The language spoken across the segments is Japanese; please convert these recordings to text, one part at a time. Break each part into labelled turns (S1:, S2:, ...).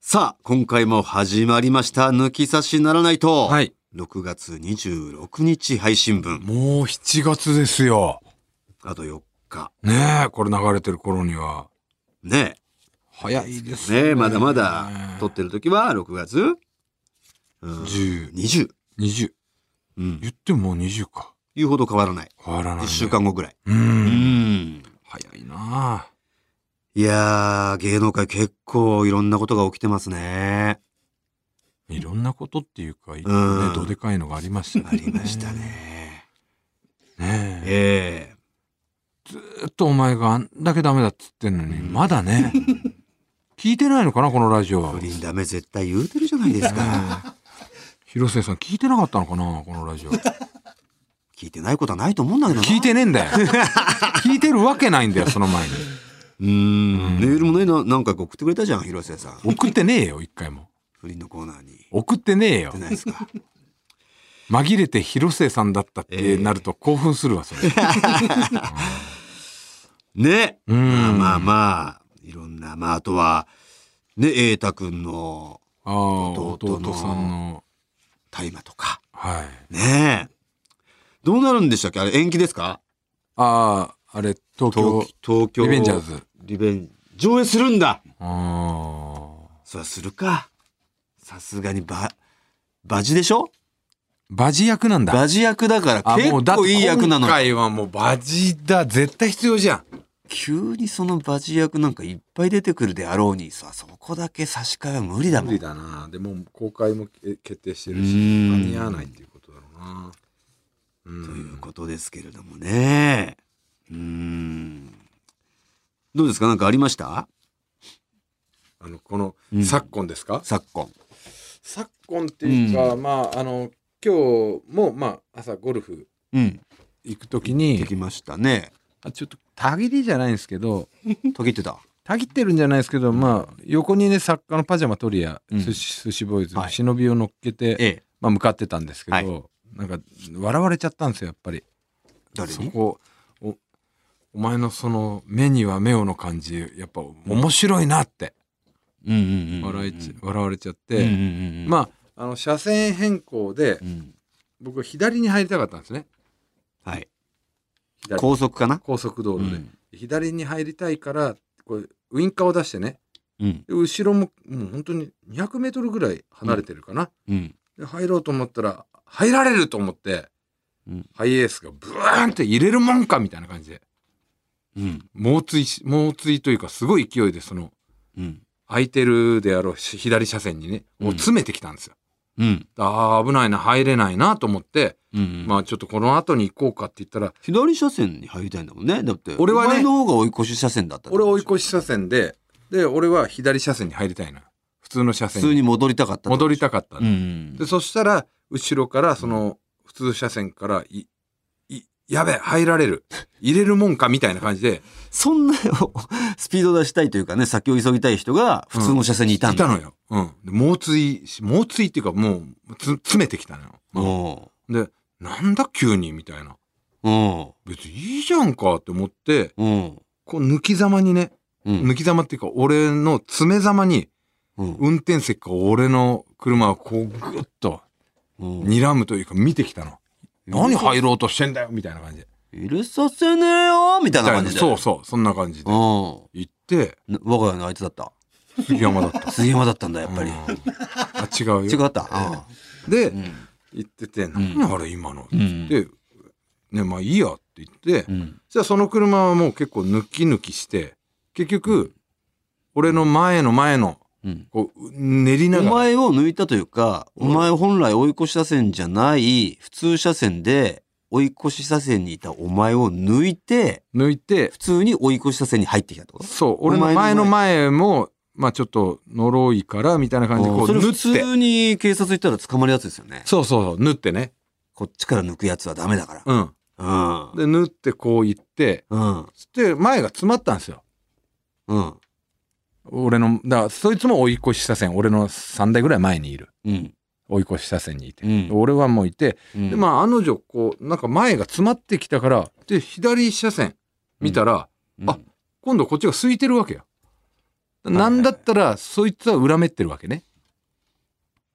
S1: さあ、今回も始まりました。抜き差しならないと。
S2: はい。
S1: 6月26日配信分。
S2: もう7月ですよ。
S1: あと4日。
S2: ねえ、これ流れてる頃には。
S1: ね
S2: 早いです
S1: ねまだまだ撮ってる時は6月、うん、
S2: 10、
S1: 20。
S2: 20。
S1: うん。
S2: 言ってももう20か。
S1: 言うほど変わらない。
S2: 変わらない、
S1: 1週。間後ぐらい。
S2: う。
S1: うんん。
S2: 早いなあ
S1: いやー、芸能界結構いろんなことが起きてますね。
S2: いろんなことっていうか、いろ
S1: ん
S2: いろね、どでかいのがありましたね。
S1: ありました。ね。
S2: ねえ。
S1: え
S2: ずっとお前があんだけダメだっつってんのに、
S1: うん
S2: まだ ね。聞いてないのかな、このラジオ
S1: え
S2: は。
S1: 不倫ダメ絶対言うてるじゃないですか。
S2: 広瀬さん聞いてなかったのかなこのラジオ
S1: 聞いてないことはないと思うんだけどな。
S2: 聞いてねえ んだよ聞いてるわけないんだよその前に
S1: うーん。メールもね、ななんか送ってくれたじゃん、広瀬さん。
S2: 送ってねえよ一回も
S1: 不倫のコーナーに。
S2: 送ってねえよ
S1: 出ないですか。
S2: 紛れて広末さんだったってなると興奮するわ それ、
S1: ね。
S2: うん
S1: まあまあまあ、いろんな、まああとは、ね、瑛太くんの
S2: ああ
S1: 弟
S2: 弟
S1: の
S2: さんの
S1: 大麻とか。
S2: はい
S1: ねえ。どうなるんでしたっけあれ延期ですか
S2: あああれ東京
S1: 東東京。
S2: リベンジャーズ。
S1: リベン、上映するんだ
S2: ああ
S1: そりゃするか。さすがにバ、バジでしょ
S2: バジ役なんだ
S1: バジ役だから
S2: あ
S1: 結
S2: もうだっ
S1: 構
S2: て
S1: いい役なの
S2: 今。回はもうバジだ絶対必要じゃん
S1: 急にそのバジ役なんかいっぱい出てくるであろうにさ、そこだけ差し替えは無理だも
S2: 無
S1: ん。
S2: 理だなでもう公開もえ決定してる
S1: う
S2: し
S1: ー
S2: 間
S1: ん
S2: に合わないっていうことだろうなう
S1: というこ
S2: ん
S1: とですけれどもね。うーん。どうですかなんかありました
S2: あのこの
S1: うん
S2: 昨今ですか、
S1: 昨今。
S2: 昨今っていうか、
S1: う
S2: まああの今日もまあ朝ゴルフ
S1: うん。
S2: 行く時
S1: で
S2: に
S1: きましたね。
S2: あちょっとたぎりじゃないんですけど
S1: 途切ってた。
S2: たぎってるんじゃないですけど、まあ横にね作家のパジャマトリア、
S1: うん
S2: 寿司寿司ボーイズ
S1: は
S2: の
S1: い
S2: 忍びを乗っけて、
S1: ええ。
S2: まあ、向かってたんですけど、
S1: はい
S2: なんか笑われちゃったんですよやっぱり。
S1: 誰
S2: そ
S1: に
S2: こおお前のその目には目をの感じやっぱ面白いなって
S1: うんうんうんうん
S2: 笑いち、笑われちゃっ
S1: うんうん
S2: て、
S1: うんうん、
S2: まああの車線変更で
S1: うん
S2: 僕は左に入りたかったんですね
S1: はい。
S2: 左
S1: 高速かな
S2: 高速道
S1: う
S2: 路で、
S1: ん。
S2: 左に入りたいからこうウインカーを出してね
S1: うん。
S2: で後ろももう本当に2 0 0ルぐらい離れてるかな、
S1: うん。
S2: で入ろうと思ったら入られると思って、
S1: うん
S2: ハイエースがブーンって入れるもんかみたいな感じで
S1: うん。
S2: 猛追し猛追というかすごい勢いでその
S1: うん。
S2: 空いてるであろうし左車線にね
S1: うん
S2: もう詰めてきたんですよ。
S1: うん。
S2: ああ危ないな入れないなと思って、
S1: うん。
S2: まあちょっとこの後に行こうかって言ったら
S1: 左車線に入りたいんだもんね。だって、
S2: 俺はね
S1: お前の方が追い越し車線だったってこ
S2: 俺
S1: と
S2: 追い
S1: でしょ
S2: 越し車線でで俺は左車線に入りたいな普通の車線
S1: 普通
S2: に
S1: に戻りたかったってこと
S2: 戻
S1: で
S2: り
S1: しょ。
S2: たかった、
S1: うん。
S2: でそしたら後ろからその普通車線からいいやべえ入られる入れるもんかみたいな感じで
S1: そんな スピード出したいというかね、先を急ぎたい人が普通の車線にいた
S2: い
S1: んだ。
S2: たのよ、うん、で猛追し猛追っていうかもうつ詰めてきたのよ、
S1: の。
S2: でなんだ急にみたいな
S1: うん。
S2: 別にいいじゃんかって思って
S1: うん。
S2: こう抜きざまにね、
S1: うん。
S2: 抜きざまっていうか俺の爪ざまに
S1: うん。
S2: 運転席から俺の車をこうグッと
S1: うん。
S2: 睨むというか見てきたの、何入ろうとしてんだよみたいな感じで
S1: 許させねえよみたいな感じで。
S2: そうそうそんな感じで
S1: う
S2: 行って
S1: ん。我が家の相手だった。
S2: 杉山だった
S1: 杉山だったんだ、 やっぱり
S2: うん。あ違うよ
S1: 違った。
S2: で
S1: うん。
S2: 行ってて
S1: ん
S2: 何あれ今のって
S1: うん
S2: 言って、ねまあいいやって言って、
S1: うん。
S2: じゃあその車はもう結構抜き抜きして結局俺の前の前の
S1: うん。
S2: こう練りな
S1: お
S2: がら
S1: 前を抜いたというか、お
S2: うん
S1: 前本来追い越し車線じゃない、普通車線で、追い越し車線にいたお前を抜いて、
S2: 抜いて
S1: 普通に追い越し車線に入ってきたってこと
S2: そう俺の前の前もまあちょっと呪いからみたいな感じでこう
S1: それ
S2: 縫
S1: 普
S2: って
S1: 通に警察行ったら捕まるやつですよね。
S2: そうそうそう縫ってね
S1: こっちから抜くやつはダメだから。
S2: うん
S1: うん。
S2: で縫ってこう行って
S1: うん。
S2: つって前が詰まったんですよ
S1: うん。
S2: 俺のだからそいつも追い越し車線俺の3台ぐらい前にいる
S1: うん。
S2: 追い越し車線にいて、
S1: うん
S2: 俺はもういて
S1: うん。
S2: でまあ案の定こうなんか前が詰まってきたからで左車線見たら、
S1: うん
S2: あ今度こっちが空いてるわけよ。なんだったら、そいつは恨めってるわけね。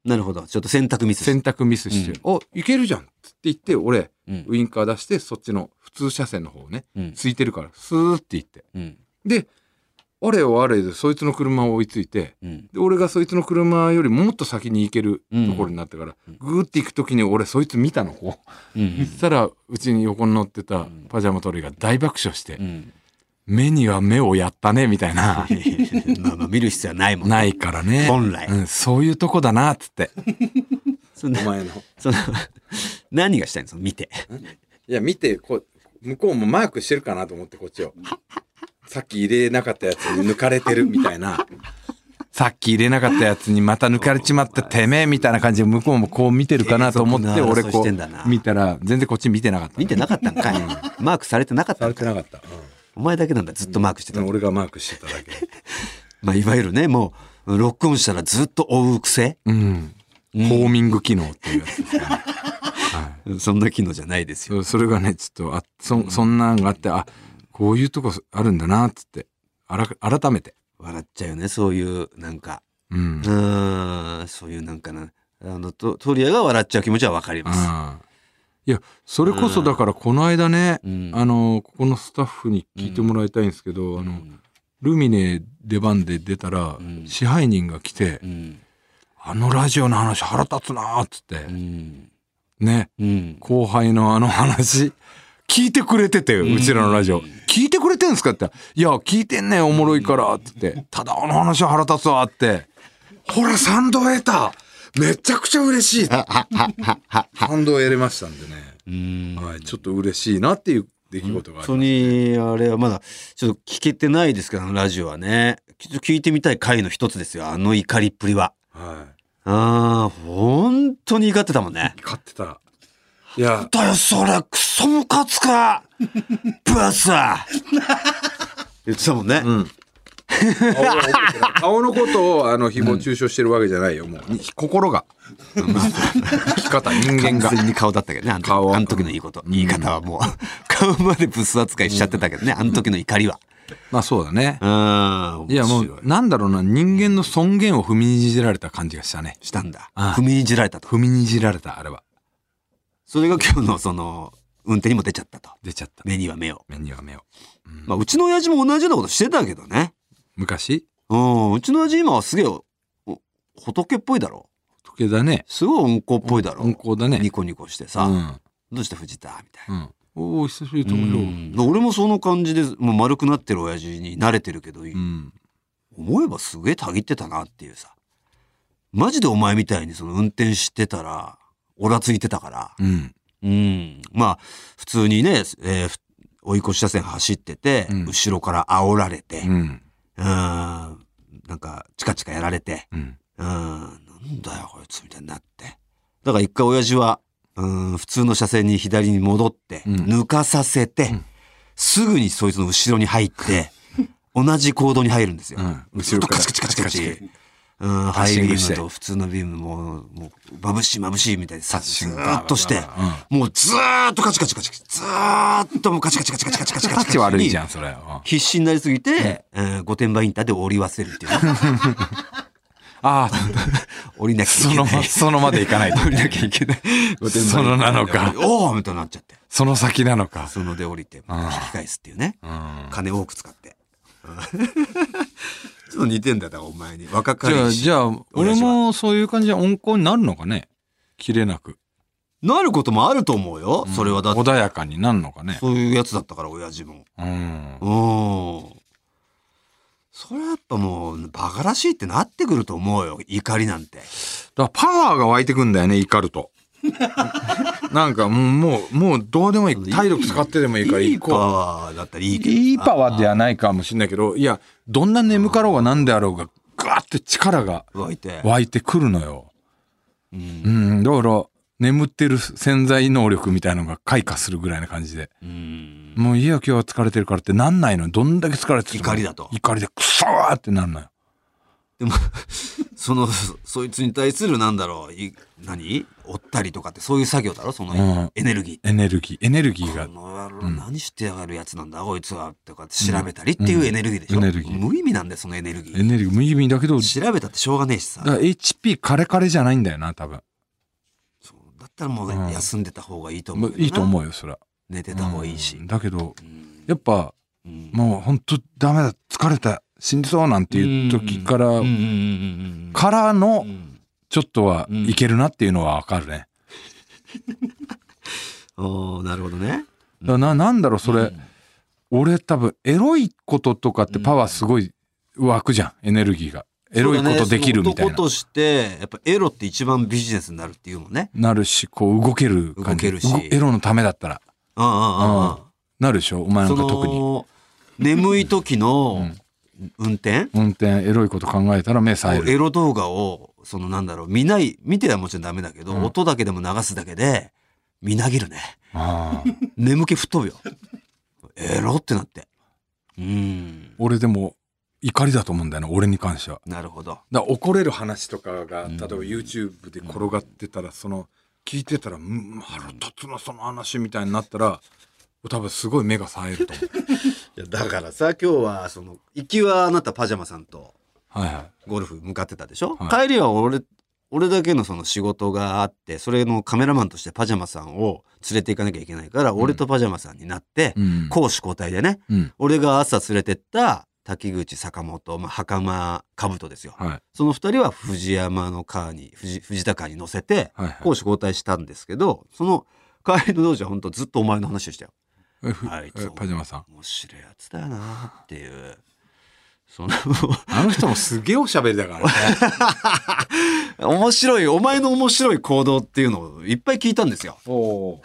S1: なるほど。ちょっと選択ミス。
S2: 選択ミスして、おいけるじゃんっつって言って、俺、
S1: うん
S2: ウインカー出して、そっちの普通車線の方をね、
S1: うん。
S2: ついてるから、スーって行って。
S1: うん。
S2: で、あれをあれで、そいつの車を追いついて、
S1: うん。
S2: で俺がそいつの車よりもっと先に行けるところになったから、
S1: うん
S2: グーって行く時に俺そいつ見たのこう
S1: うん。うん
S2: そしたらうちに横に乗ってた
S1: ん
S2: パジャマトリが大爆笑して
S1: う、ん。
S2: 目には目をやったねみたい な
S1: まあまあ見る必要はないもんね。
S2: ないからね
S1: 本来
S2: うん、そういうとこだなっつって
S1: そんな、
S2: 前の
S1: その、何がしたいのその見て。
S2: いや見てこう向こうもマークしてるかなと思ってこっ ちをさっき入れなかったやつに抜かれてるみたいなさっき入れなかったやつにまた抜かれちまったてめえみたいな感じで向こうもこう見てるかなと思って
S1: 継続な
S2: 俺
S1: 争いし
S2: こ
S1: てんだな
S2: う見たら全然こっち見てなかった
S1: 見てなかったん かい。マークされてなかった
S2: さ
S1: ん
S2: れ
S1: か
S2: て
S1: い。
S2: なかった、
S1: お前だけなんだ、ずっとマークしてた
S2: うん、。俺がマークしてただけ
S1: まあ、いわゆるね、もう、ロックオンしたらずっと追う癖。
S2: うん
S1: うん
S2: ホーミング機能っていうやつ ですね、はい
S1: そんな機能じゃないですよ。
S2: そうそれがねちょっとあそそんなんがあってあこういうとこあるんだなっつってあら改めて
S1: 笑っちゃうよね、そういう、なんか。
S2: うん
S1: うーん、そういうなんかな。あの、とトリアが笑っちゃう気持ちはわかります。
S2: ああいやそれこそだからこの間ね、
S1: うん。
S2: あのここのスタッフに聞いてもらいたいんですけど、あ
S1: う
S2: の
S1: ん
S2: ルミネ出番で出たら、
S1: うん
S2: 支配人が来て、
S1: うん。
S2: あのラジオの話腹立つな」っつって、
S1: うん。
S2: ね
S1: うん。
S2: 後輩のあの話聞いてくれてて
S1: ん
S2: うちらのラジオ、聞いてくれてんすかって「いや聞いてんねんおもろいから」って言って「ただあの話は腹立つわ」って「ほらサンド得ためちゃくちゃ嬉しい」感動得れましたんでね、
S1: うん
S2: はい、ちょっと嬉しいなっていう出来事があ
S1: 本
S2: り
S1: 当にあれはまだちょっと聞けてないですけどあのラジオはねきっと聞いてみたい回の一つですよあの怒りっぷりは
S2: は
S1: あー本当に怒ってたもんね
S2: い、買ってたいや
S1: だよそれクソムカつ かブス言ってたもんね、
S2: うん顔は覚えてない顔のことをあの誹謗中傷してるわけじゃないよもう心が生き方人間
S1: 完
S2: が
S1: 全に顔だったけどねあの時
S2: 顔は
S1: あの時のいいこと言い方はもう 顔までブス扱いしちゃってたけどねあの時の怒りは
S2: まあそうだね
S1: うん
S2: いやもうなんだろうな人間の尊厳を踏みにじられた感じがしたね
S1: したんだ
S2: ああ
S1: 踏みにじられたと
S2: 踏みにじられたあれは
S1: それが今日のその運転にも出ちゃったと
S2: 出ちゃった
S1: 目には目を
S2: 目には目を、うん
S1: まあ、うちの親父も同じようなことしてたけどね。
S2: 昔
S1: うん、うちの親父今はすげえ、お仏っぽいだろ。
S2: 時計だね
S1: すごい温厚っぽいだろ。
S2: 温厚だね
S1: ニコニコしてさ、
S2: うん、
S1: どうした藤田みたいな。
S2: うん、おお久しぶりと
S1: う
S2: 思うよ、
S1: ん俺もその感じでもう丸くなってる親父に慣れてるけど、
S2: うん、
S1: 思えばすげえたぎってたなっていうさマジでお前みたいにその運転してたらおらついてたから、
S2: うん、
S1: うん、まあ普通にね、えーふ追い越し車線走ってて、
S2: うん
S1: 後ろから煽られて、
S2: うん、
S1: うーんなんか、チカチカやられて、
S2: うん、
S1: うーん、なんだよ、こいつ、みたいになって。だから一回親父は、うーん、普通の車線に左に戻って、
S2: うん
S1: 抜かさせて、すぐにそいつの後ろに入 って、同じ行動に入るんですよ。
S2: 後ろから
S1: カチカチカチカチ
S2: カチカチ
S1: うん、
S2: パッ
S1: ハイ
S2: シン
S1: ビ
S2: グ
S1: ー
S2: して
S1: ムと普通のビームも、もう、眩しい眩しいみたいにさ、ず
S2: 瞬間
S1: ーっとして、もうずーっとカチカチカチカチ、ずーっともうカチカチカチカチカチカチカチカ
S2: 価値悪いじ
S1: ん。
S2: ゃんそれ、うんあ
S1: 必死になりすぎて、えー御殿場インターで降り忘れるっていうね。
S2: あ
S1: 降りなきゃ
S2: そ
S1: いけ
S2: の
S1: ない。
S2: そのまでいか ないと
S1: 降りなきゃいけない。
S2: そのなのか
S1: おおみたいになっちゃって。
S2: その先なのか、
S1: そので降りて、
S2: あ
S1: 引き返すっていうね。
S2: うん、
S1: 金多く使って。ちょっと似てんだな、お前に。若か
S2: じゃあ
S1: りし。
S2: じゃあ
S1: 親
S2: 俺
S1: 父は
S2: もそういう感じで温厚になるのかね切れなく
S1: なることもあると思うよ。それはだって、
S2: 穏やかになるのかね
S1: そういうやつだったから、親父も。
S2: うん
S1: うん。それはやっぱもう、バカらしいってなってくると思うよ。怒りなんて。
S2: だからパワーが湧いてくんだよね怒る となんかもうもうどうでもいい体力使ってでもいいから
S1: いい
S2: 一
S1: パ
S2: 個
S1: ワーだったらいいけど。
S2: いいパワーではないかもしれないけどいやどんな眠かろうが何であろうがガーって力が
S1: 湧いて。
S2: 湧いてくるのよ
S1: うん
S2: うんだから眠ってる潜在能力みたいのが開花するぐらいな感じで
S1: うん。
S2: もういいよ今日は疲れてるからってなんないのどんだけ疲れてても
S1: 怒りだと
S2: 怒りでクソーってなるのよ
S1: でも、 その、そそいつに対するなんだろう、い何追ったりとかってそういう作業だろその、
S2: うん
S1: エネルギーって。
S2: エネルギー、エネルギー
S1: こ
S2: が。
S1: の野郎何してやがるやつなんだ、こいつはとかって調べたりっていうエネルギーでしょ、
S2: うんエネルギー
S1: 無意味なんだよ、そのエネルギ
S2: エ
S1: ー。
S2: ネルギー、無意味だけど、だ
S1: 調べたってしょうがねえしさ。
S2: から HP カレカレじゃないんだよな、多分。
S1: そうだったらも
S2: うん
S1: う休んでた方がいいと思
S2: ま
S1: うけ
S2: あ
S1: どな、
S2: いいと思うよ、そら。
S1: 寝てた方がいいし
S2: うん。だけど、
S1: うん
S2: やっぱ、
S1: うん
S2: もう本当ダメだ、疲れた、死んでそうなんていう時から
S1: うんう、んうんうん
S2: から
S1: う
S2: の
S1: ん、うん
S2: ちょっとは
S1: うん
S2: いけるなっていうのはわかるね。
S1: おーなるほどね。うん
S2: だな、なんだろう、それ、
S1: うん
S2: 俺多分、エロいこととかってパワーすごい湧くじゃん、エネルギーが。エロいことできるみたい
S1: そうだねその男
S2: な。
S1: として、やっぱエロって一番ビジネスになるっていうもんね。
S2: なるし、こう動ける感じ。
S1: 動けるし
S2: うごエロのためだったら。
S1: うんうんうんうん。
S2: なるでしょお前なんか特に。
S1: その、眠い時の運転、
S2: 運転、エロいこと考えたら目さえ
S1: エ
S2: る。
S1: ロ動画を、そのなんだろう、見ない、見てはもちろんダメだけど、
S2: うん
S1: 音だけでも流すだけで、みなぎるね。
S2: ああ
S1: 眠気吹っ飛ぶよ。エロってなって。うん。
S2: 俺でも、怒りだと思うんだよな、俺に関しては。
S1: なるほど。
S2: だから怒れる話とかが、
S1: う
S2: 例
S1: ん
S2: えば YouTube で転がってたら、その、聞いてたら、うん、腹立つな、その話みたいになったら、多分すごい目が冴えると思う。
S1: いや、だからさ、今日は、その、行きはあなたパジャマさんと、
S2: はいはい。
S1: ゴルフ向かってたでしょ、
S2: は
S1: 帰りは俺、俺だけのその仕事があって、それのカメラマンとしてパジャマさんを連れて行かなきゃいけないから、俺とパジャマさんになって、
S2: うん。
S1: 攻守交代でね、
S2: うん。
S1: 俺が朝連れてった滝口、坂本、まあ、袴、兜ですよ。
S2: はい。
S1: その二人は藤山のカーに、藤藤田カーに乗せて、
S2: はい、
S1: 攻守
S2: は
S1: 交代したんですけど、その帰りの道中は本当ずっとお前の話をしたよ。
S2: い。えふ
S1: あいつ
S2: えパジャマさん。
S1: 面白いやつだよなっていう。その、
S2: あの人もすげえおしゃべりだからね。
S1: 面白い、お前の面白い行動っていうのをいっぱい聞いたんですよ。
S2: おお。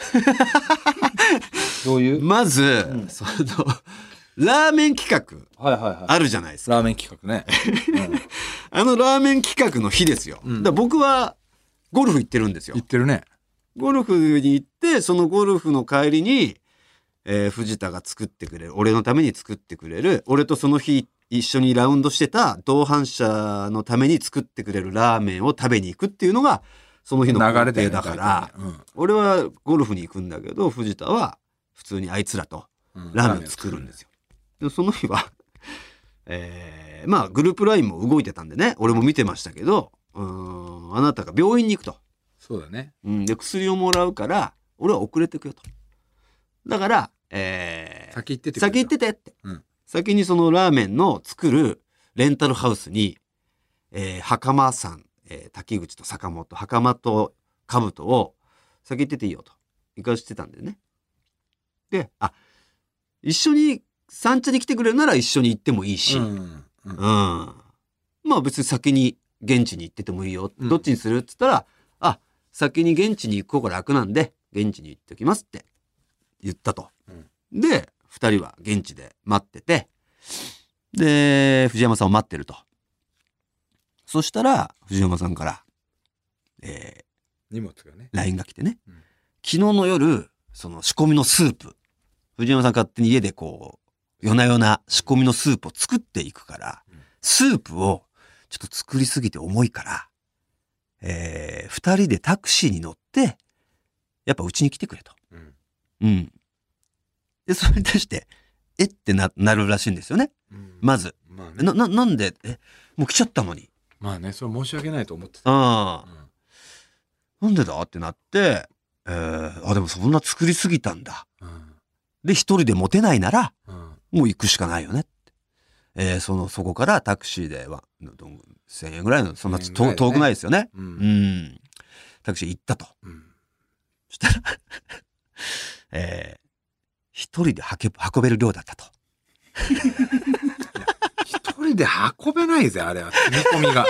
S2: どうい
S1: まず、その、ラーメン企
S2: はいはいはい
S1: 画あるじゃないですか。
S2: ラーメン 企画ね。
S1: あのラーメン企画の日ですよ。
S2: ん
S1: だから僕はゴルフ行ってるんですよ
S2: 言っ。てるね。
S1: ゴルフに行って、そのゴルフの帰りに、えー藤田が作ってくれる、俺のために作ってくれる、俺とその日一緒にラウンドしてた同伴者のために作ってくれるラーメンを食べに行くっていうのが、その日
S2: 流
S1: の
S2: れ
S1: 予
S2: で
S1: 定だから、俺はゴルフに行くんだけど藤田は普通にあいつらとラーメンを作るんですよ。でその日はえーまあグループラインも動いてたんでね俺も見てましたけどうーんあなたが病院に行くと、
S2: そうだね。
S1: うん、で薬をもらうから俺は遅れてくよと。だから、えー
S2: 先行ってて。
S1: 先行っててって、
S2: うん
S1: 先にそのラーメンの作るレンタルハウスに、えー、袴さん、えー滝口と坂本袴と兜を先行ってていいよと行かしてたんだよねであ一緒に三茶に来てくれるなら一緒に行ってもいいし、うん
S2: ん。うん
S1: まあ別に先に現地に行っててもいいよ、
S2: うん
S1: どっちにするっつったらあ先に現地に行く方が楽なんで現地に行ってきますって言ったとで、二人は現地で待ってて、で、藤山さんを待ってると。そしたら、藤山さんから、え
S2: 荷物がね。
S1: ー、LINE が来てね、
S2: うん
S1: 昨日の夜、その仕込みのスープ、藤山さん勝手に家でこう、夜な夜な仕込みのスープを作っていくから
S2: うん、
S1: スープをちょっと作りすぎて重いから、えー、二人でタクシーに乗って、やっぱうちに来てくれと。
S2: うん
S1: うん。で、それに対して、えってな、なるらしいんですよね。まず。
S2: まあね
S1: な、。な、なんで、え、もう来ちゃったのに。
S2: まあね、それ申し訳ないと思ってた。
S1: あ
S2: う
S1: あ、
S2: ん
S1: なんでだってなって、えー、あ、でもそんな作りすぎたんだ。
S2: うん
S1: で、一人で持てないなら、
S2: うん
S1: もう行くしかないよねって。えー、その、そこからタクシーでは、どん1000円ぐらいの、そんな
S2: 1000円ぐら
S1: 遠
S2: いだね
S1: 遠くないですよね。
S2: う
S1: うんん。タクシー行ったと。
S2: うん
S1: そしたら、えー、一人で運べ運べる量だったと。
S2: 一人で運べないぜ、あれは。積み込 みが。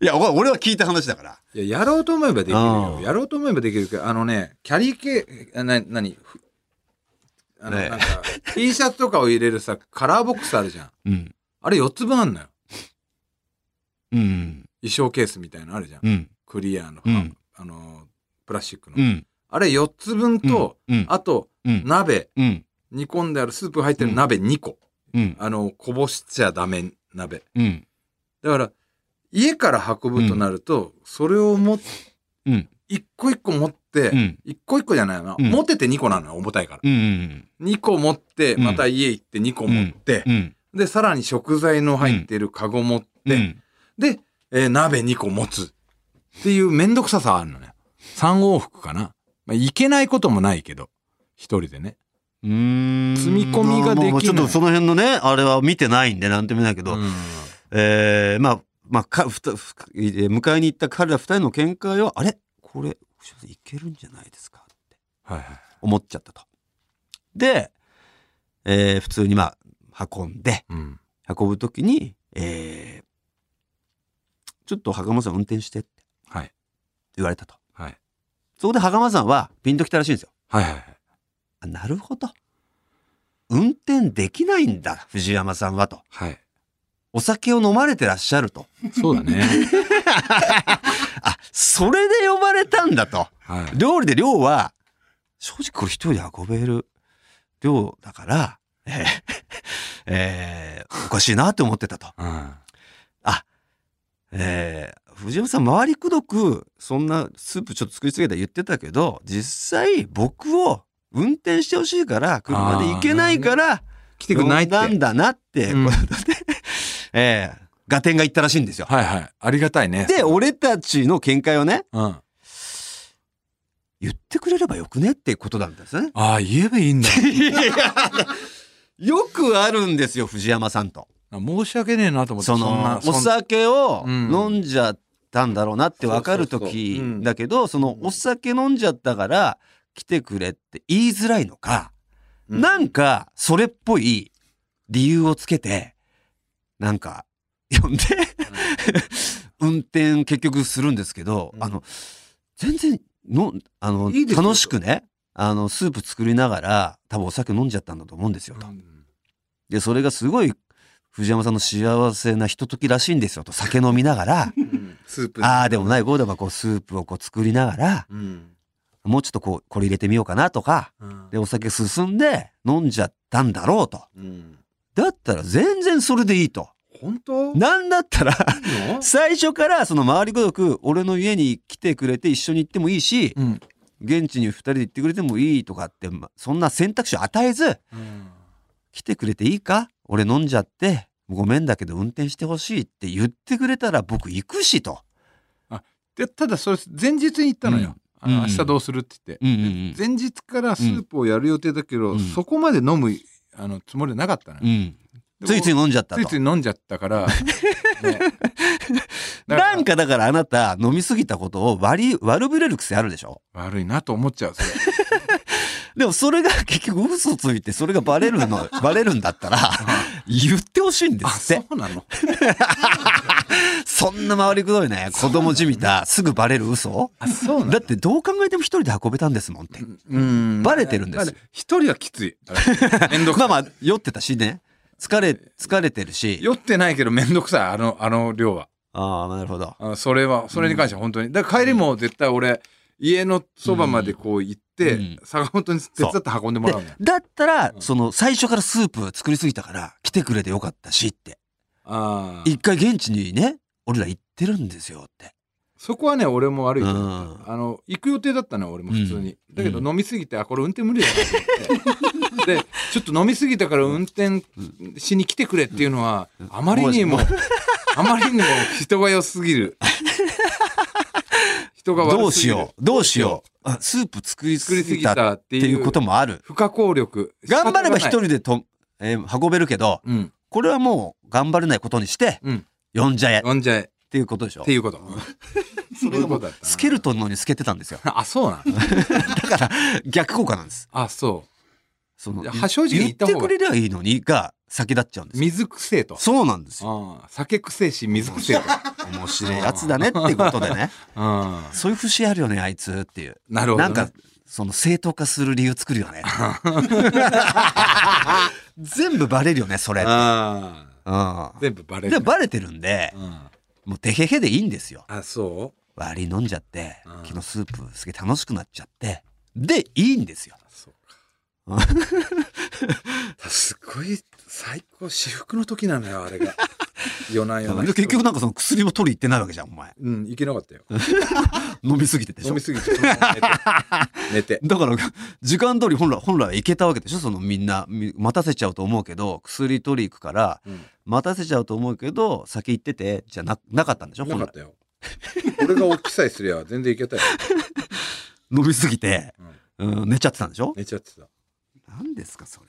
S1: いや、お俺は聞いた話だから。
S2: いや、やろうと思えばできる
S1: う
S2: よ
S1: ん。
S2: やろうと思えばできるけど、あのね、キャリー系、あな、なに、ふあの、
S1: ねえ
S2: なんか、T シャツとかを入れるさ、カラーボックスあるじゃん。
S1: うん。
S2: あれ4つ分あんのよ。
S1: うん。
S2: 衣装ケースみたいのあるじゃん。
S1: うん。
S2: クリアの、
S1: うん
S2: あの、プラスチックの。
S1: うん。
S2: あれ4つ分と、
S1: うん、
S2: あと、
S1: うん。
S2: 鍋、
S1: うん。
S2: 煮込んであるスープ入ってる鍋2個。
S1: うん。
S2: あの、こぼしちゃダメ、鍋。
S1: うん。
S2: だから、家から運ぶとなると、それをも、
S1: うん
S2: 一個一個持って、
S1: うん
S2: 一個一個じゃないな、
S1: うん
S2: 持ってて2個なのよ、重たいから。
S1: うんうん
S2: 2個持って、
S1: うん
S2: また家行って2個持って
S1: う、ん
S2: で、さらに食材の入ってるカゴ持って、
S1: うんうん
S2: で、えー鍋2個持つ。っていうめんどくささはあるのね。3往復かな。まあ、いけないこともないけど、一人でね。
S1: うーん
S2: 積み込みができな
S1: ま
S2: い
S1: あまあちょっとその辺のねあれは見てないんでなんとも言えないけど、
S2: うん
S1: えーまあまあかふたふえー迎えに行った彼ら二人の見解はあれこれ藤原さんいけるんじゃないですかって
S2: はいはい。
S1: 思っちゃったと。で、えー普通にまあ運んで
S2: うん。
S1: 運ぶ時に、えーちょっと袴さん運転してって
S2: はい。
S1: 言われたと。
S2: はい。
S1: そこで袴さんはピンときたらしいんですよ。
S2: はいはいはい。
S1: あなるほど。運転できないんだ、藤山さんはと。
S2: はい。
S1: お酒を飲まれてらっしゃると。
S2: そうだね。
S1: あ、それで呼ばれたんだと。
S2: はい。
S1: 料理で量は、正直これ一人で運べる量だから、えーえーおかしいなって思ってたと。
S2: うん。
S1: えー藤山さん回りくどくそんなスープちょっと作りすぎた言ってたけど実際僕を運転してほしいから車で行けないから
S2: 来てくんないって。
S1: 呼
S2: は
S1: ん
S2: い
S1: だんだなって、
S2: うん
S1: ことでえーガテンが言ったらしいんですよ。
S2: はい。ありがたいね。
S1: で俺たちの見解をね
S2: うん。あ。
S1: 言ってくれればよくねっていうことなんですね
S2: あ、言えばいい んだ。
S1: よくあるんですよ藤山さんと。
S2: 申し訳ねえなと思って。
S1: そ
S2: んな
S1: の
S2: そ
S1: お
S2: ん
S1: 酒を
S2: うん
S1: 飲んじゃったんだろうなって分かる
S2: そうそうそう
S1: 時
S2: うん
S1: だけどそのお酒飲んじゃったから来てくれって言いづらいのか
S2: うん
S1: なんかそれっぽい理由をつけてなんか呼んで運転結局するんですけど
S2: うん
S1: あの全然のあの
S2: いいですよ
S1: 楽しくねあのスープ作りながら多分お酒飲んじゃったんだと思うんですよと
S2: う。ん
S1: でそれがすごい藤山さんの幸せなひとときらしいんですよと酒飲みながら
S2: うんスープ。
S1: ああでもないこうでもこうスープをこう作りながら
S2: うん。
S1: もうちょっとこうこれ入れてみようかなとか
S2: うん
S1: でお酒進んで飲んじゃったんだろうと
S2: うん。
S1: だったら全然それでいいと
S2: 本当
S1: なんだったら
S2: いいの
S1: 最初からその周りごとく俺の家に来てくれて一緒に行ってもいいし
S2: うん。
S1: 現地に2人で行ってくれてもいいとかってまそんな選択肢を与えず
S2: うん
S1: 来てくれていいか俺飲んじゃってごめんだけど運転してほしいって言ってくれたら僕行くしと。
S2: で、ただそれ、前日に行ったのよ。あ
S1: うん
S2: の明日どうするって言って。
S1: うん
S2: 前日からスープをやる予定だけど、
S1: うん
S2: そこまで飲むあのつもりはなかったのよ
S1: う。ん、
S2: で
S1: ついつい飲んじゃった
S2: つ
S1: と
S2: いつい飲んじゃっ たから。ねだから
S1: なんかだからあなた飲みすぎたことを割り悪ぶれる癖あるでしょ
S2: 悪いなと思っちゃう。それ
S1: でもそ れが結局嘘ついてそれがバレる のバレるんだったら言ってほしいんで
S2: あ、
S1: すっ
S2: そ
S1: て
S2: うなの。
S1: そんな回りくどいね子供じみたすぐバレる嘘
S2: あ、そうなの
S1: だっ。てどう考えても一人で運べたんですもんって
S2: うん
S1: バレてるんですよ
S2: まあ一人はきつい。 めんどく
S1: ま
S2: さ
S1: あ
S2: い。
S1: まあ酔ってたしね疲れ疲れてるし
S2: 酔ってないけどめんどくさい。あの、あの量は。
S1: ああなるほど
S2: あそれは、それに関しては本当に。だから帰りも絶対俺、家のそばまでこう行っ
S1: う
S2: て
S1: ん、
S2: 坂本に手伝って運んでも
S1: で
S2: らうのよ。
S1: だったら、
S2: うん
S1: その最初からスープ作りすぎたから来てくれてよかったしって
S2: ああ。
S1: 一回現地にね俺ら行ってるんですよって
S2: そこはね、俺も悪いと
S1: う
S2: 思う。
S1: ん
S2: あの、行く予定だったのよ、俺も普通に。だけど
S1: うん
S2: 飲みすぎて、あ、これ運転無理だなと思 って。で、ちょっと飲みすぎたから運転しに来てくれっていうのは、あまりにも
S1: もう、
S2: あまりにも人が良す ぎる。人が悪すぎる。
S1: どうしようどうしようあスープ作り
S2: 作り
S1: す
S2: す
S1: ぎ
S2: ぎ
S1: たった
S2: っ
S1: て
S2: て
S1: い
S2: いうう
S1: こともある
S2: 不可抗力。
S1: 頑張れば一
S2: 仕方がない。
S1: 人でと、えー運べるけど
S2: うん。
S1: これはもう頑張れないことにして
S2: うん。
S1: 呼んじゃえっ
S2: 飲んじゃえ。
S1: ていうことでしょ
S2: っていうこと。
S1: それがも
S2: そういうことだっ
S1: う
S2: たな
S1: スケルトンのように透けてたんです よ
S2: あ、そうなの
S1: だから逆効果なんです
S2: あ、そ
S1: その
S2: いや正直に言
S1: 言
S2: っ
S1: った
S2: 方
S1: て
S2: が
S1: くれりゃいいのにが先立っちゃうんで
S2: う。
S1: すよ
S2: 水くせえと。
S1: そうなんですよ
S2: ああ酒くせえし、水く せえと。
S1: 面白いやつだねっていうことでね
S2: うん。
S1: そういう節あるよねあいつっていう
S2: なるほどね。
S1: なんかその正当化する理由作る よね全部バレるよねそれうん
S2: ああ全部バレ
S1: で
S2: る。
S1: バレてるんで
S2: うん
S1: もうてへへでいいんですよ
S2: あ、そう
S1: 割り飲んじゃって
S2: うん
S1: 昨日スープすげえ楽しくなっちゃってでいいんですよ
S2: あそう か。すごい最高、至福の時なのよ、あれが。夜な夜な。
S1: で結局、なんかその薬も取り行ってないわけじゃん、お前。
S2: うん、行けなかったよ。
S1: 飲みすぎてでし
S2: 飲
S1: ょ。
S2: み。すぎて、そのまま寝て
S1: だから、時間通り本来、本来は行けたわけでしょそのみんな、み待たせちゃうと思うけど、薬取り行くから、
S2: 寝て
S1: 待たせちゃうと思うけど、先行ってて、じゃな、なかったんでし
S2: う
S1: ょ
S2: ん、な
S1: 本
S2: か
S1: 来
S2: っ。たよ。俺が起きさえすりゃ全然行けたよ。
S1: 飲みすぎて、
S2: うん
S1: うん、寝ちゃってたんでしょ
S2: 寝ちゃってた。
S1: 何ですか、それ。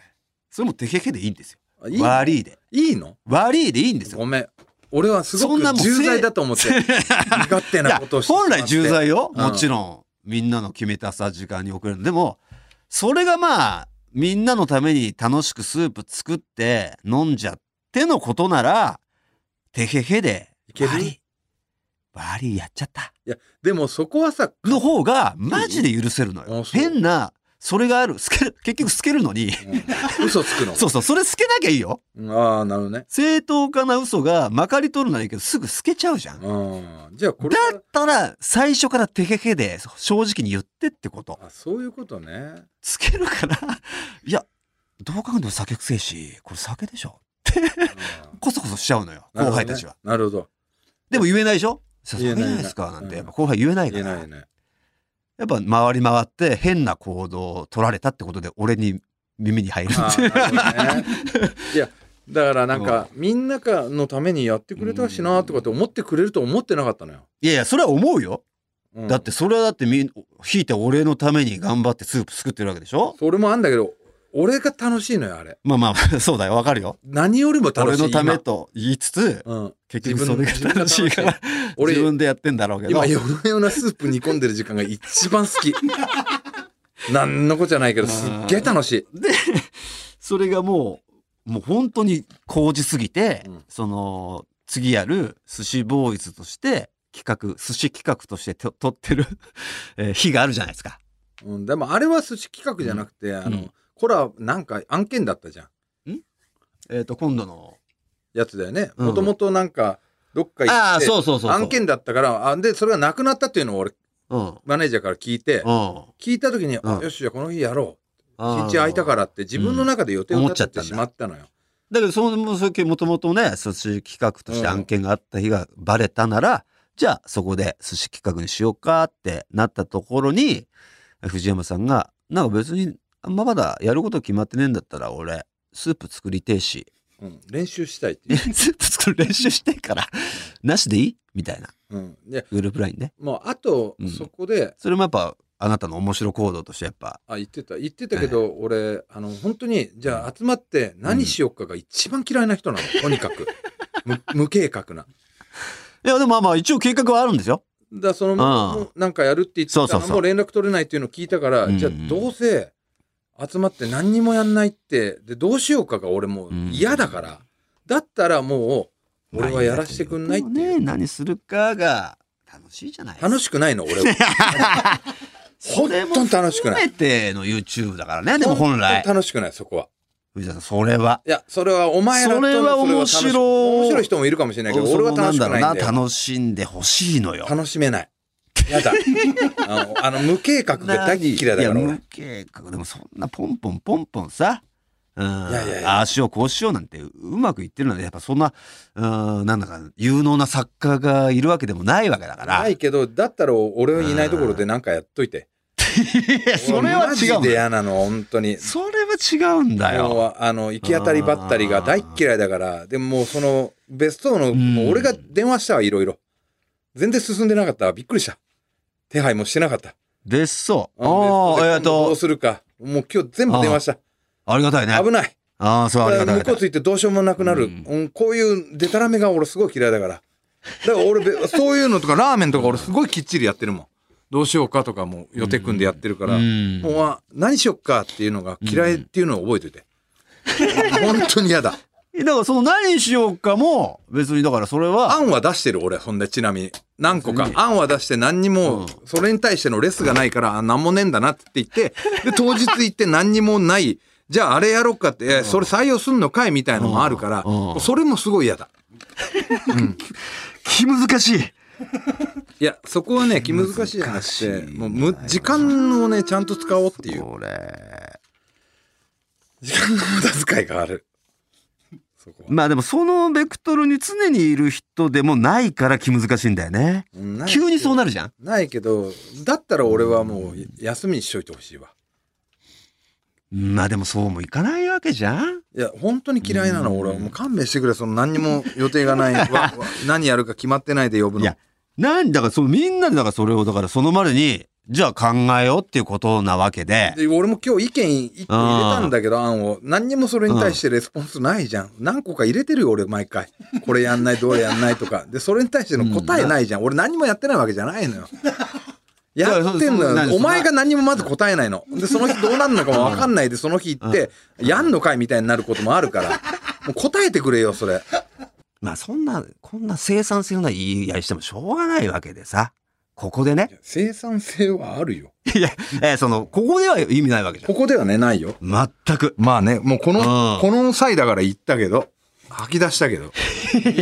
S1: それもテケケでいいんですよ。
S2: あいいの
S1: 悪いで。
S2: いいの
S1: 悪いでいいんですよ。
S2: ごめん。俺はすご
S1: そんな
S2: く
S1: もん
S2: 重罪だと思って、身勝 手
S1: い
S2: な
S1: や
S2: ことをしてしまっ
S1: 本
S2: て。
S1: 来重罪よ、
S2: うん
S1: もちろんみんなの決めたさ時間に遅れるでもそれがまあみんなのために楽しくスープ作って飲んじゃってのことならてへへで
S2: いける
S1: バリバリやっちゃった
S2: でもそこはさ、
S1: の方がマジで許せるの
S2: うん
S1: よ
S2: あそう
S1: 変なそれがある透ける結局透けるのに
S2: うん嘘つくの。
S1: そうそうそれ透けなきゃいいよ
S2: うんああ、なるほどね。
S1: 正当化な嘘がまかり取るならいいけどすぐ透けちゃうじゃんだ
S2: うん。じゃあこれは
S1: ったら最初からてへへで正直に言ってってこと
S2: あそういうことね。
S1: つけるから、いや、どう考えても酒くせえし、これ酒でしょ。
S2: うん
S1: こそこそしちゃうのよ、後輩たちは。。
S2: なるほど
S1: でも言えないでしょ酒じ
S2: 言え
S1: ゃ
S2: ない
S1: ないですか、なん
S2: うん
S1: て。やっぱ後輩言えな
S2: ね。
S1: いか
S2: 言え
S1: ら。
S2: な
S1: や
S2: いね。
S1: っぱ回り回って変な行動を取られたってことで、俺に耳に入るん
S2: あ
S1: で。
S2: ーなるほどねいやだからなんか、みんなかのためにやってくれたしなとかって思ってくれると思ってなかったのよ。
S1: いやいや、それは思うよ。
S2: うん
S1: だって、それはだってみん、ひいて俺のために頑張ってスープ作ってるわけでしょ
S2: それもあんだけど俺が楽しいのよあれ。
S1: まあまあ、 そうだよ、わかるよ。
S2: 何よりも楽
S1: 俺
S2: しい。
S1: のため
S2: 今
S1: と言いつつ、
S2: うん、
S1: 結局それが楽しいから、
S2: 俺
S1: 自分でやってんだろうけど。
S2: 今夜な夜なスープ煮込んでる時間が一番好 き。なんのこじゃないけどすっげえ楽しい。
S1: で、それがもう、もう本当に高じすぎて、
S2: うん
S1: その、次やる寿司ボーイズとして、企画、寿司企画としてと撮ってる、えー日があるじゃないですか。
S2: うん、でもあれは寿司企画じゃなくて、あの、
S1: うん
S2: これはなんか案件だったじゃん。
S1: えっ、と、今度の。
S2: やつだよね。
S1: うん
S2: もともとなんかどっか行って。
S1: ああ、そうそうそうそう。
S2: 案件だったからあでそれがなくなったっていうのを俺
S1: うん。うん。
S2: マネージャーから聞いて、聞いた時に、あ
S1: うん
S2: よしじゃあこの日やろう
S1: あ
S2: 一
S1: ー
S2: 日空いたからって自分の中で予定を
S1: うん
S2: 立ててしまったのよ、
S1: だけど、その、もうそれもともとね、寿司企画として案件があった日がバレたなら、じゃあそこで寿司企画にしようかってなったところに、藤山さんが、なんか別に、あんままだやること決まってねえんだったら、俺、スープ作りてえし、
S2: うん、練習したいって
S1: ス
S2: いう、
S1: ープ作る練習してえから、なしでいいみたいな、
S2: うん、で
S1: グループラインね。
S2: もうあと
S1: うん
S2: そこで、
S1: それもやっぱ、あなたの面白行動としてやっぱ、
S2: あ言ってた言ってたけど、俺あの本当にじゃあ集まって何しよっかが一番嫌いな人なの、とにか く無無計画ない
S1: や、でもまあまあ、一応計画はあるんですよ。
S2: だからそのもうなんかやるって言ってた
S1: そうそう
S2: ら
S1: そう
S2: もう連絡取れないっていうのを聞いたから、
S1: うん
S2: じゃあどうせ集まって何にもやんないってでどうしようかが俺もう嫌だから、だったらもう俺はやらせてくんないっていう
S1: ね、何するかが楽しいじゃないですか
S2: 楽しくないの俺は
S1: それも
S2: 本当に楽しくない
S1: 含めての YouTube だからね、でも本
S2: 本
S1: 来
S2: 当。に楽しくないそこは
S1: 藤田さん、それは。
S2: いやそれはお前らとの
S1: それは面白い
S2: それは楽し面白い人もいるかもしれないけど俺は楽しくな
S1: なん
S2: いんだ
S1: だろ
S2: よ
S1: うな、楽しんでほしいのよ。
S2: 楽しめない やだあのあの無計画が大嫌いだから
S1: いや、
S2: 俺
S1: 無計画。でもそんなポンポンポンポンさ。うん、
S2: いやいやいや
S1: ああしようこうしようなんてうまくいってるのでやっぱそんなうんなんだか有能な作家がいるわけでもないわけだから
S2: ないいけどだったら俺はいないところで何かやっといて
S1: やそれは
S2: マ
S1: 違
S2: ジ
S1: うん
S2: で
S1: だよ
S2: 嫌なの本当に
S1: それは違うんだよ
S2: もうあの行き当たりばったりが大っ嫌いだからでももうそのベスト
S1: う
S2: の
S1: ん
S2: もう俺が電話したわいろいろ全然進んでなかったびっくりした手配もしてなかった
S1: 別荘
S2: うん
S1: あ
S2: ベスト
S1: あ
S2: で
S1: えっ
S2: どう
S1: と
S2: するかもう今日全部電話し
S1: ありがたいね
S2: た危ない
S1: ああそれはありがたいあり
S2: 向
S1: がた
S2: こ
S1: いう
S2: ついてどうしようもなくなる
S1: うん
S2: うんこういうデタラメが俺すごい嫌いだからだから俺べ そういうのとかラーメンとか俺すごいきっちりやってるもんどうしようかとかも予定組んでやってるから
S1: うん
S2: もうあ何しよっかっていうのが嫌いっていうのを覚え ておいて、本当に嫌だ
S1: えだからその何しようかも別にだからそれは
S2: 案は出してる俺ほんでちなみに何個か案は出して何にもそれに対してのレスがないからあ何もねえんだなって言ってで当日行って何にもないじゃああれやろうかってえそれ採用すんのかいみたいのもあるから
S1: うん
S2: それもすごい嫌だ
S1: 気難しい
S2: いやそこはね気難しいじゃなくて
S1: 難しい
S2: もうむ時間をねちゃんと使おうっていう
S1: これ
S2: 時間の無駄遣いがあるそこは。
S1: まあでもそのベクトルに常にいる人でもないから気難しいんだよね。
S2: な
S1: 急にそう
S2: な
S1: なるじゃん。
S2: ないけどだったら俺はもう休みにしといてほしいわ
S1: まあでもそうもいかないわけじゃん。
S2: いや本当に嫌いな
S1: う
S2: の
S1: ん
S2: 俺はもう勘弁してくれその何にも予定がないわわ何やるか決まってないで呼ぶ
S1: い
S2: の
S1: やなんだからそうみんなでだからそれをだからそのまでにじゃあ考えようっていうことなわけで。
S2: で俺も今日意見一個入れたんだけど案を何にもそれに対してレスポンスないじゃん何個か入れてるよ俺毎回これやんないどうやんないとかでそれに対しての答えないじゃん俺何もやってないわけじゃないの よやって
S1: い
S2: ん
S1: やそうそう
S2: の
S1: 何
S2: よ
S1: そ
S2: お
S1: の
S2: 前が何もまず答えないのでその日どうなるのかも分かんないでその日行ってやんのかいみたいになることもあるからもう答えてくれよそれ
S1: まあそんなこんな生産性のない言い合いしてもしょうがないわけでさ。ここでね。
S2: 生産性はあるよ
S1: いや、えーそのここでは意味ないわけじゃ
S2: ここではねないよ
S1: ん。全く。
S2: まあねもうこ
S1: うん
S2: のこの際だから言ったけど吐き出したけど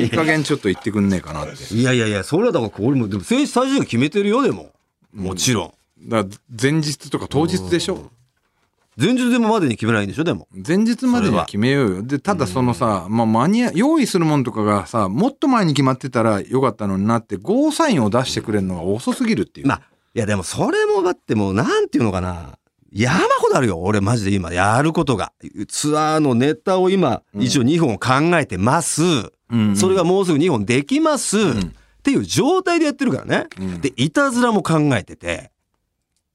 S2: いい加減ちょっと言ってくんねえかなって
S1: いやいやいやそれはだからこれもでも選手最終が決めてるよでも。もちろん。
S2: だから前日とか当日でしょ
S1: 前日でもまでに決めないんでしょでも。
S2: 前日ま
S1: そ
S2: で
S1: れ
S2: に
S1: は
S2: 決めようよでただそのさ、まあ、間に合用意するもんとかがさもっと前に決まってたらよかったのになってゴーサインを出してくれるのが遅すぎるっていう、
S1: まあ、いやでもそれもだってもうなんていうのかな。山ほどあるよ。俺マジで今やることが。ツアーのネタを今、
S2: うん
S1: 一応2本考えてます。
S2: うんうん
S1: それが、もうすぐ2本できます。
S2: ん
S1: っていう状態でやってるからね。
S2: うん
S1: で、いたずらも考えてて。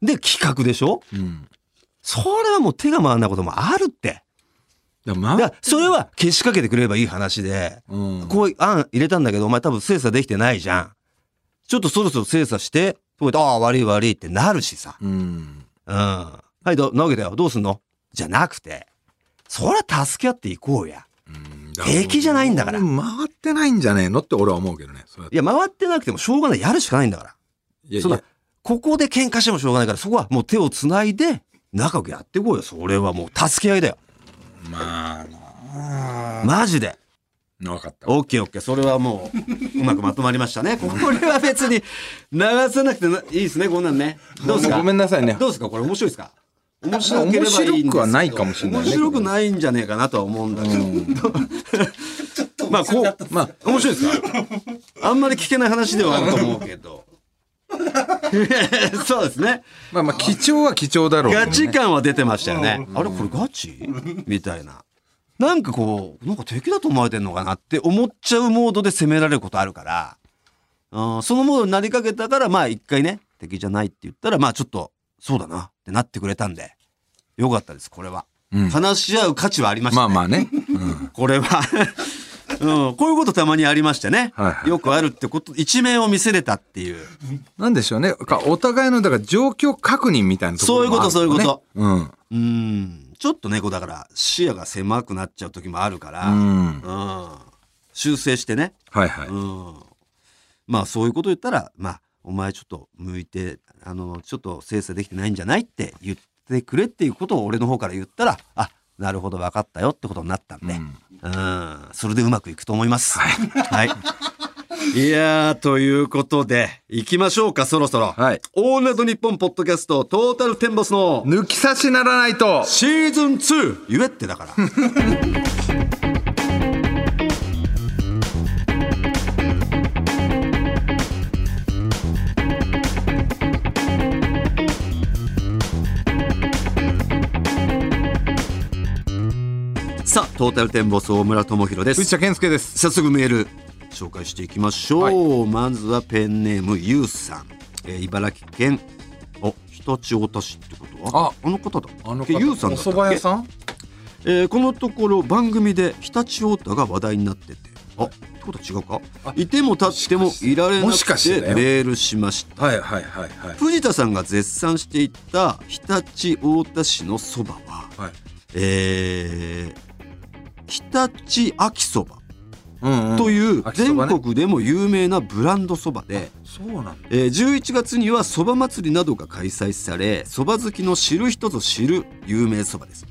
S1: で、企画でしょ
S2: うん
S1: それはもう手が回らないこともあるって。
S2: だからまあ
S1: だからそれはけしかけてくれればいい話で。
S2: うん、
S1: こう案入れたんだけど、お前多分精査できてないじゃん。ちょっとそろそろ精査して、とか言って、ああ、悪い悪いってなるしさ。
S2: うん
S1: うん。はい、ど、なわけだよ。どうすんのじゃなくて、そりゃ助け合っていこうや。
S2: うん
S1: 平気じゃないんだから
S2: 回ってないんじゃねえのって俺は思うけどねそれ
S1: いや、回ってなくてもしょうがない。やるしかないんだから。
S2: いや
S1: そうだ。ここで喧嘩してもしょうがないから、そこはもう手を繋いで、仲良くやっていこうよ。それはもう助け合いだよ。
S2: まあなあ
S1: マジで。
S2: 分かった
S1: オッケーオッケー。それはもう、うまくまとまりましたね。これは別に流さなくてないいですね、こんなんね。どうですか
S2: ごめんなさいね
S1: どうですかこれ面白いですか面白ければいいんですけど
S2: 面白くはないかもしれないね
S1: 面白くないんじゃねえかなとは思うんだけど。 まあこう、
S2: まあ
S1: 面白いですかあんまり聞けない話ではあると思うけど。 そうですね。
S2: まあまあ貴重は貴重だろうけどね、
S1: ガチ感は出てましたよね。あれこれガチみたいな。なんかこう、なんか敵だと思われてんのかなって思っちゃうモードで攻められることあるから、うん、そのモードになりかけたから、まあ一回ね、敵じゃないって言ったら、まあちょっと、そうだなってなってくれたんで、よかったです、これは。
S2: うん
S1: 話し合う価値はありました、
S2: ま
S1: ね。
S2: あまあね、うん
S1: これは。 うん、こういうことたまにありましてね、
S2: はいはい
S1: よくあるってこと一面を見せれたっていう
S2: なんでしょうね。かお互いの、だから状況確認みたいなところもある。
S1: そういうことそういうこと
S2: うん。
S1: うんちょっとねこうだから視野が狭くなっちゃう時もあるから、
S2: うん。
S1: うん、修正してね、
S2: はいはい。
S1: うん、まあそういうこと言ったら、まあ、お前ちょっと向いてあのちょっと精査できてないんじゃないって言ってくれっていうことを俺の方から言ったらあなるほど分かったよってことになったんで、うんそれでうまくいくと思います。 はい、いやーということでいきましょうかそろそろ。
S2: はい
S1: オールナイトニッポンポッドキャストトータルテンボスの
S2: 抜き差しならないと
S1: シーズン 2! 言えってだから。さあ、トータルテンボス大村智弘で
S2: 藤
S1: す。
S2: 田健介です。
S1: 早速メール紹介していきましょう。まずはペンネームゆうさん、えー茨城県お日立太田市ってことはあの方だえゆうさんだったっけ
S2: さん
S1: えーこのところ番組で常陸太田が話題になっててあってことは違うかいても立ってもいられな
S2: もし
S1: く
S2: かして
S1: て
S2: だよ
S1: メールしました
S2: はいはいはいはい。
S1: 藤田さんが絶賛していた常陸太田市のそばは
S2: はい。
S1: えー、常陸秋そば
S2: うん、うん。
S1: という
S2: 秋そ
S1: 全
S2: ばね
S1: 国でも有名なブランドそばで、
S2: そうなんだ。
S1: えー11月にはそば祭りなどが開催されそば好きの知る人ぞ知る有名そばです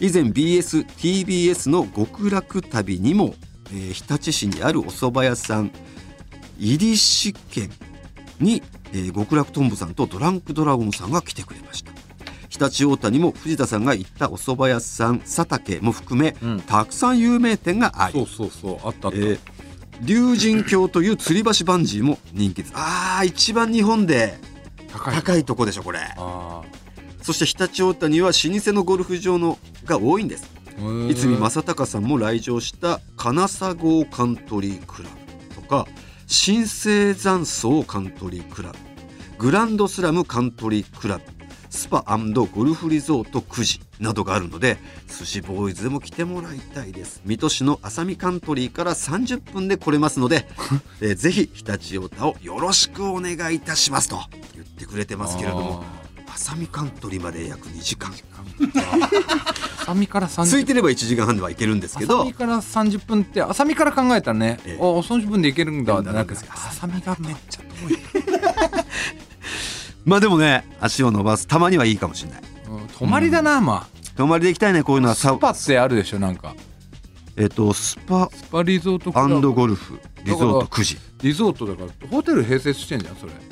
S1: 以前 BSTBS の極楽旅にも、えー日立市にあるお蕎麦屋さん入り市県に、えー極楽とんぼさんとドランクドラゴンさんが来てくれました常陸太田にも藤田さんが行ったお蕎麦屋さん佐竹も含め
S2: うん
S1: たくさん有名店があ
S2: そ
S1: り
S2: うそうそうあったあった、
S1: えー竜神橋という吊り橋バンジーも人気ですあー一番日本で
S2: 高い
S1: 高いとこでしょこれ
S2: あ
S1: そして常陸太田には老舗のゴルフ場のが多いんです
S2: あ
S1: 逸見正隆さんも来場した金砂郷カントリークラブとか新生山荘カントリークラブグランドスラムカントリークラブスパゴルフリゾート9時などがあるので寿司ボーイズでも来てもらいたいです水戸市の浅見カントリーから30分で来れますの で、えーぜひ常陸太田をよろしくお願いいたしますと言ってくれてますけれども浅見カントリーまで約2時間
S2: 浅見から30
S1: 空いてれば1時間半では行けるんですけ
S2: 浅
S1: ど
S2: 見から30分って浅見から考えたらね、
S1: ええ
S2: あ30分でいけるんだってなるけ
S1: な
S2: ど
S1: んです
S2: 浅見がめっちゃ遠い、
S1: まあでもね足を伸ばすたまにはいいかもしれない
S2: うん、泊まりだな、ま
S1: 泊まりで行きたいねこういうの
S2: あ
S1: は
S2: ス
S1: さ
S2: パってあるでしょなんか
S1: えっ、とスパ
S2: スパリゾートクラブ
S1: ゴルフリゾート9時
S2: リゾートだからホテル併設してんじゃんそれだか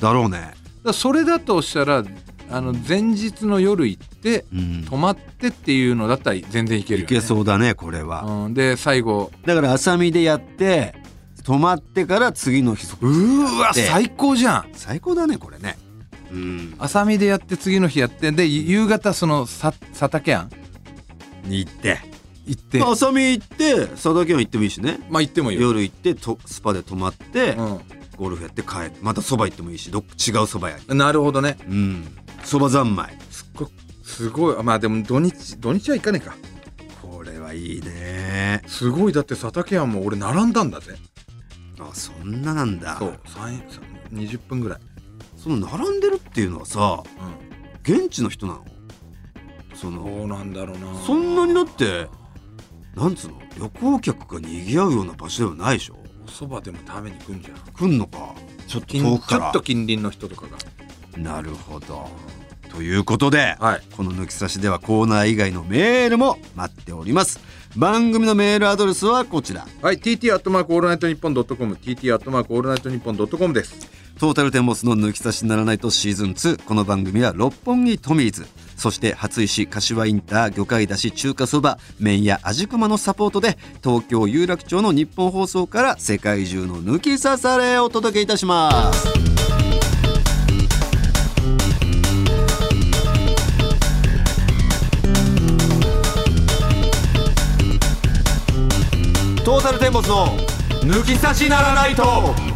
S1: だろうね
S2: らそれだとしたらあの前日の夜行って
S1: うん
S2: 泊まってっていうのだったら全然いける
S1: い
S2: よ、ね、
S1: けそうだねこれは、
S2: うん、で最後
S1: だから浅見でやって泊まってから次の日
S2: うーわ
S1: で
S2: 最高じゃん
S1: 最高だねこれねうん
S2: 浅見でやって次の日やってで夕方そのさ佐竹庵
S1: に行って
S2: 行って
S1: まあ浅見行って佐田県行ってもいいしね
S2: まあ行ってもいいよ、
S1: 夜行ってとスパで泊まって、
S2: う
S1: ゴルフやって帰ってまたそば行ってもいいしどっ違うそば屋に
S2: ん、なるほどね
S1: うんそば三昧
S2: すっごすごいあまあでも土日土日は行かねえか
S1: これはいいね
S2: すごいだって佐竹庵も俺並んだんだぜ
S1: あそんななんだ
S2: そう3 20分ぐらい、
S1: その並んでるっていうのはさ
S2: う
S1: 現地の人なのその
S2: どうなんだろうな
S1: そんなにだってなんつうの旅行客が賑わうような場所ではないでしょ
S2: おそばでも食べに行くんじゃん
S1: 来んのかちょっと
S2: 近
S1: 遠く
S2: ち
S1: か
S2: ょ
S1: ら
S2: っと近隣の人とかが
S1: なるほどということで、
S2: はい
S1: この抜き差しではコーナー以外のメールも待っております番組のメールアドレスはこちら
S2: はい TT アットマークオールナイトニッポンドットコム TT アットマークオールナイトニッポンドットコムです
S1: トータルテンボスの抜き差しならないとシーズン2この番組は六本木トミーズそして初石柏インター魚介だし中華そば麺屋味熊のサポートで東京有楽町の日本放送から世界中の抜き差されをお届けいたしますトータルテンボスの抜き差しならないと